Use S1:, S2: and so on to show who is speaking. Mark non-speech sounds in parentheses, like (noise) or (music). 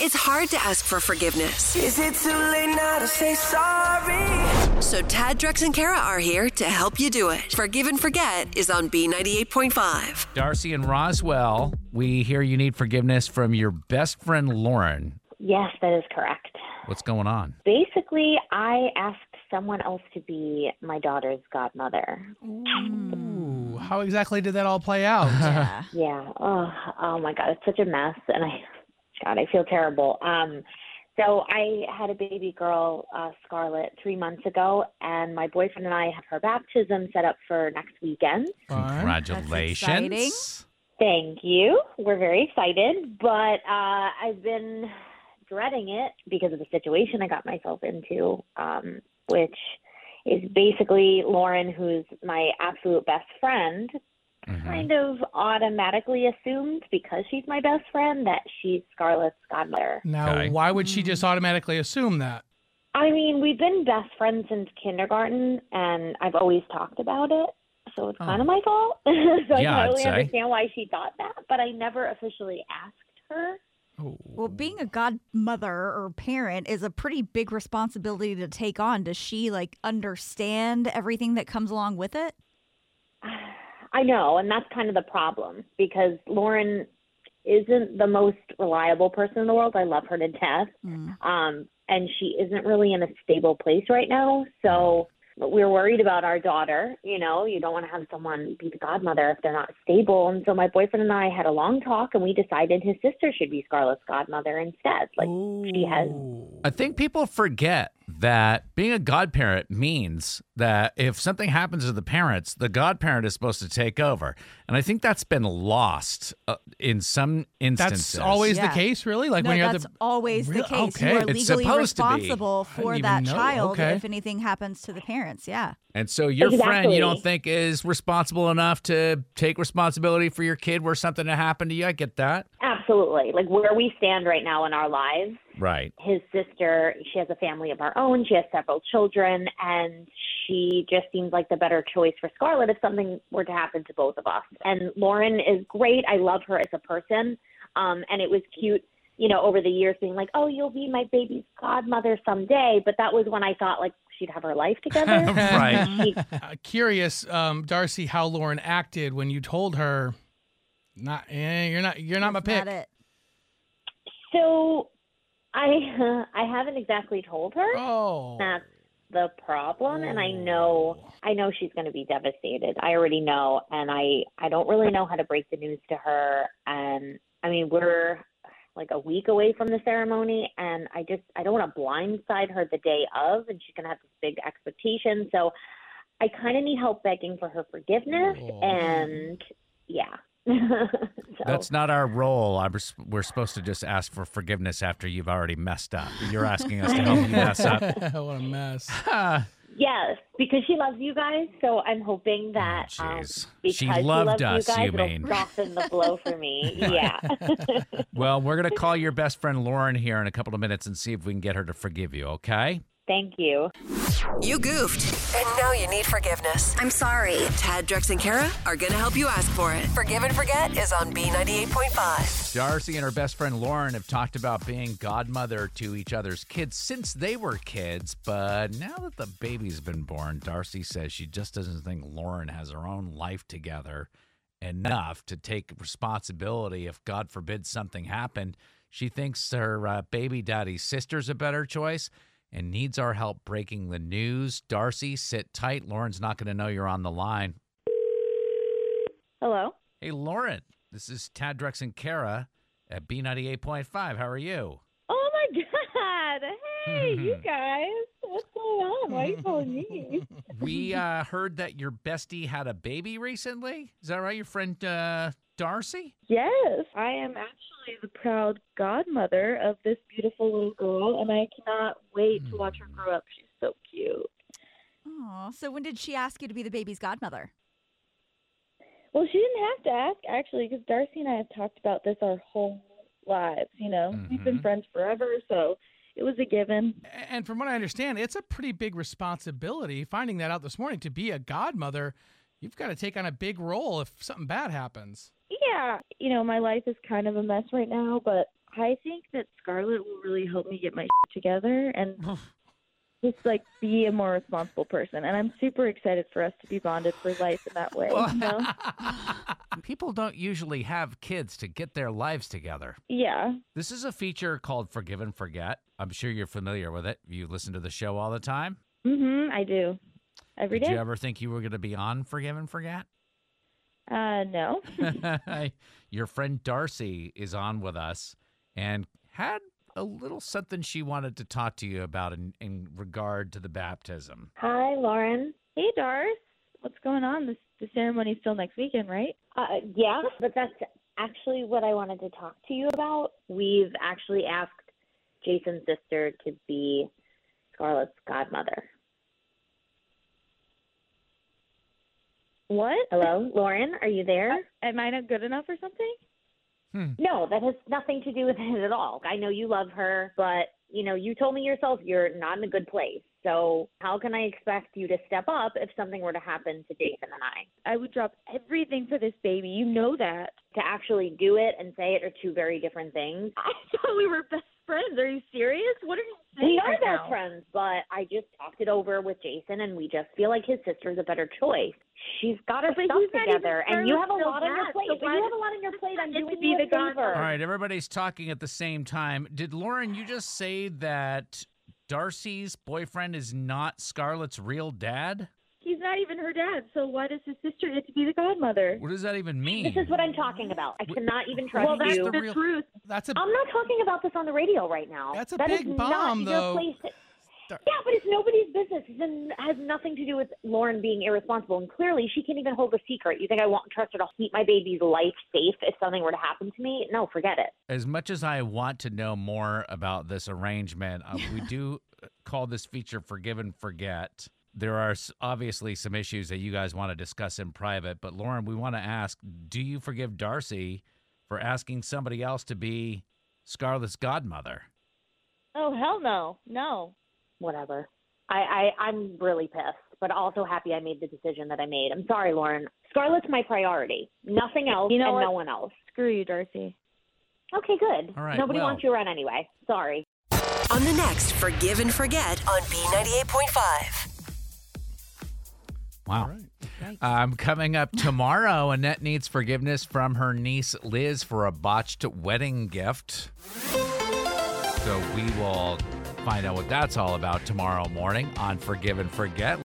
S1: It's hard to ask for forgiveness.
S2: Is it too late now to say sorry?
S1: So Tad, Drex, and Kara are here to help you do it. Forgive and Forget is on B98.5.
S3: Darcy and Roswell, we hear you need forgiveness from your best friend Lauren.
S4: Yes, that is correct.
S3: What's going on?
S4: Basically, I asked someone else to be my daughter's godmother.
S5: Ooh, how exactly did that all
S3: (laughs)
S5: play out?
S4: Yeah. Oh, oh my God, it's such a mess, and I, God, I feel terrible. Um, so I had a baby girl, uh, Scarlett, three months ago, and my boyfriend and I have her baptism set up for next weekend.
S5: Fine.
S3: Congratulations.
S4: Thank you. We're very excited, but uh, I've been dreading it because of the situation I got myself into, um, which is basically Lauren, who's my absolute best friend, kind of automatically assumed because she's my best friend that she's Scarlett's godmother.
S5: Now,
S3: Okay.
S5: why would
S6: Mm.
S5: she just automatically assume that?
S4: I mean, we've been best friends since kindergarten, and I've always talked about it. So it's kind of my fault. (laughs) so I
S3: Oh. Yeah, I'd
S4: can totally
S3: say.
S4: understand why she thought that, but I never officially asked her.
S6: Well, being a godmother or parent is a pretty big responsibility to take on. Does she like understand everything that comes along with it?
S4: I know, and that's kind of the problem because Lauren isn't the most reliable person in the world. I love her to death. Um, and she isn't really in a stable place right now. So but we're worried about our daughter. You know, you don't want to have someone be the godmother if they're not stable. And so my boyfriend and I had a long talk, and we decided his sister should be Scarlett's godmother instead. Like, she has
S3: I think people forget that being a godparent means that if something happens to the parents, the godparent is supposed to take over. And I think that's been lost uh, in some
S5: That's
S3: instances.
S5: always the
S6: Yeah.
S5: case, really. Like
S6: no,
S5: when you're at
S6: that's
S5: the
S6: always the
S5: Really?
S6: case.
S5: Okay.
S6: You are
S3: It's
S6: legally
S3: supposed to be.
S6: responsible
S5: I didn't
S6: for
S5: even
S6: that
S5: know.
S6: child
S5: Okay.
S6: if anything happens to the parents. Yeah.
S3: And so your friend
S4: Exactly.
S3: you don't think is responsible enough to take responsibility for your kid where something happened to you. I get that.
S4: absolutely like where we stand right now in our lives.
S3: Right.
S4: his sister she has a family of her own she has several children and she just seems like the better choice for scarlett if something were to happen to both of us and lauren is great i love her as a person um and it was cute you know over the years being like oh you'll be my baby's godmother someday but that was when i thought like she'd have her life together
S3: (laughs)
S4: (laughs)
S3: Right.
S4: she,
S5: uh, curious, um, Darcy, how Lauren acted when you told her, "Not, eh, you're not, you're not my
S6: That's
S5: pick."
S6: Not it.
S4: so i (laughs) i haven't exactly told her
S5: Oh, (laughs)
S4: that's the problem and i know i know she's going to be devastated i already know and i i don't really know how to break the news to her and i mean we're like a week away from the ceremony and i just i don't want to blindside her the day of and she's going to have this big expectation so i kind of need help begging for her forgiveness and yeah (laughs) so
S3: That's not our role. I'm, res- we're supposed to just ask for forgiveness after you've already messed up. You're asking us to help you mess
S5: (laughs)
S3: up.
S5: what a mess.
S4: yes because she loves you guys so i'm hoping that
S3: Oh,
S4: um,
S3: jeez.
S4: because
S3: She loved
S4: loves
S3: us,
S4: you guys
S3: you
S4: it'll
S3: mean.
S4: soften the blow
S3: (laughs)
S4: for me yeah (laughs)
S3: Well, we're going to call your best friend Lauren here in a couple of minutes and see if we can get her to forgive you, okay?
S4: Thank you.
S1: You goofed.
S2: And now you need forgiveness.
S1: I'm sorry. Tad, Drex, and Kara are going to help you ask for it. Forgive and Forget is on B98.5.
S3: Darcy and her best friend Lauren have talked about being godmother to each other's kids since they were kids, but now that the baby's been born, Darcy says she just doesn't think Lauren has her own life together enough to take responsibility if, God forbid, something happened. She thinks her uh, baby daddy's sister's a better choice and needs our help breaking the news. Darcy, sit tight. Lauren's not going to know you're on the line.
S4: Hello.
S3: Hey, Lauren, this is Tad Drex and Kara at B98.5. How are you?
S4: Oh my (laughs) God. Hey, you
S3: Mm-hmm.
S4: guys. What's going on? Why are you
S3: (laughs)
S4: calling me?
S3: We uh, heard that your bestie had a baby recently. Is that right? Your friend uh, Darcy?
S7: Yes, I am actually the proud godmother of this beautiful little girl, and I cannot wait
S3: Mm.
S7: to watch her grow up. She's so cute.
S6: Oh, so when did she ask you to be the baby's godmother?
S7: Well, she didn't have to ask, actually, because Darcy and I have talked about this our whole lives. You know, we've
S3: Mm-hmm.
S7: been friends forever, so it was a given.
S5: And from what I understand, it's a pretty big responsibility. Finding that out this morning to be a godmother, you've got to take on a big role if something bad happens.
S7: Yeah, you know, my life is kind of a mess right now, but
S4: I think that Scarlett will really help me get my shit together and
S3: (sighs)
S4: just like be a more responsible person. And I'm super excited for us to be bonded for life in that way.
S3: (laughs)
S4: you know?
S3: Uh, People don't usually have kids to get their lives together.
S4: Yeah.
S3: This is a feature called Forgive and Forget. I'm sure you're familiar with it. You listen to the show all the time.
S4: Mhm. I do. Every
S3: Did
S4: day.
S3: you ever think you were going to be on Forgive and Forget?
S4: Uh, no.
S3: (laughs) Your friend Darcy is on with us and had a little something she wanted to talk to you about in, in regard to the baptism.
S7: Hi, Lauren.
S4: Hey, Doris. What's going on? This the ceremony's still next weekend, right?
S7: Uh, yeah, but that's actually what I wanted to talk to you about. We've actually asked Jason's sister to be Scarlett's godmother.
S4: What?
S7: Hello, Lauren, are you there?
S4: Am I not good enough or something?
S7: No, that has nothing to do with it at all. I know you love her, but you know, you told me yourself you're not in a good place. So how can I expect you to step up if something were to happen to Jason and I?
S4: I would drop everything for this baby. You know that. (laughs)
S7: To actually do it and say it are two very different things.
S4: I thought we were best friends. Are you serious? What are you saying?
S7: We are
S4: right
S7: best
S4: now?
S7: friends, but I just talked it over with Jason, and we just feel like his sister's a better choice. She's got her
S4: But
S7: stuff
S4: he's not even
S7: together, and you have a
S4: Scarlett's
S7: lot on your
S4: dad,
S7: plate.
S4: so
S7: But
S4: why
S7: you have
S4: does
S7: a lot on your plate. I'm
S4: get to
S7: doing
S4: be
S7: you a
S4: the godmother?
S7: favor.
S3: All right, everybody's talking at the same time. Did Lauren, you just say that Darcy's boyfriend is not Scarlett's real dad?
S4: He's not even her dad, so why does his sister get to be the godmother?
S3: What does that even mean?
S7: This is what I'm talking about. I cannot even trust
S4: Well, that's
S7: you.
S4: the
S3: real-
S4: truth.
S5: That's a.
S7: I'm not talking about this on the radio right now.
S5: That's a
S7: That is
S5: big
S7: not
S5: bomb,
S7: your
S5: though.
S7: place to- yeah, but it's nobody's business. It doesn't- has nothing to do with Lauren being irresponsible, and clearly she can't even hold a secret. You think I won't trust her to keep my baby's life safe if something were to happen to me? No, forget it.
S3: As much as I want to know more about this arrangement, uh, we do call this feature Forgive and Forget. There are s- obviously some issues that you guys want to discuss in private, but Lauren, we want to ask do you forgive Darcy for asking somebody else to be Scarlett's godmother?
S4: Oh hell no, no.
S7: whatever. I, I I'm really pissed, but also happy I made the decision that I made. I'm sorry, Lauren. Scarlett's my priority. Nothing else
S4: You know
S7: and
S4: what?
S7: no one else.
S4: Screw you, Darcy.
S7: Okay, good.
S3: All right,
S7: Nobody
S3: well-
S7: wants you around anyway. Sorry.
S1: On the next Forgive and Forget on B98.5.
S3: Wow. Um, coming up tomorrow, (laughs) Annette needs forgiveness from her niece Liz for a botched wedding gift. So we will find out what that's all about tomorrow morning on Forgive and Forget.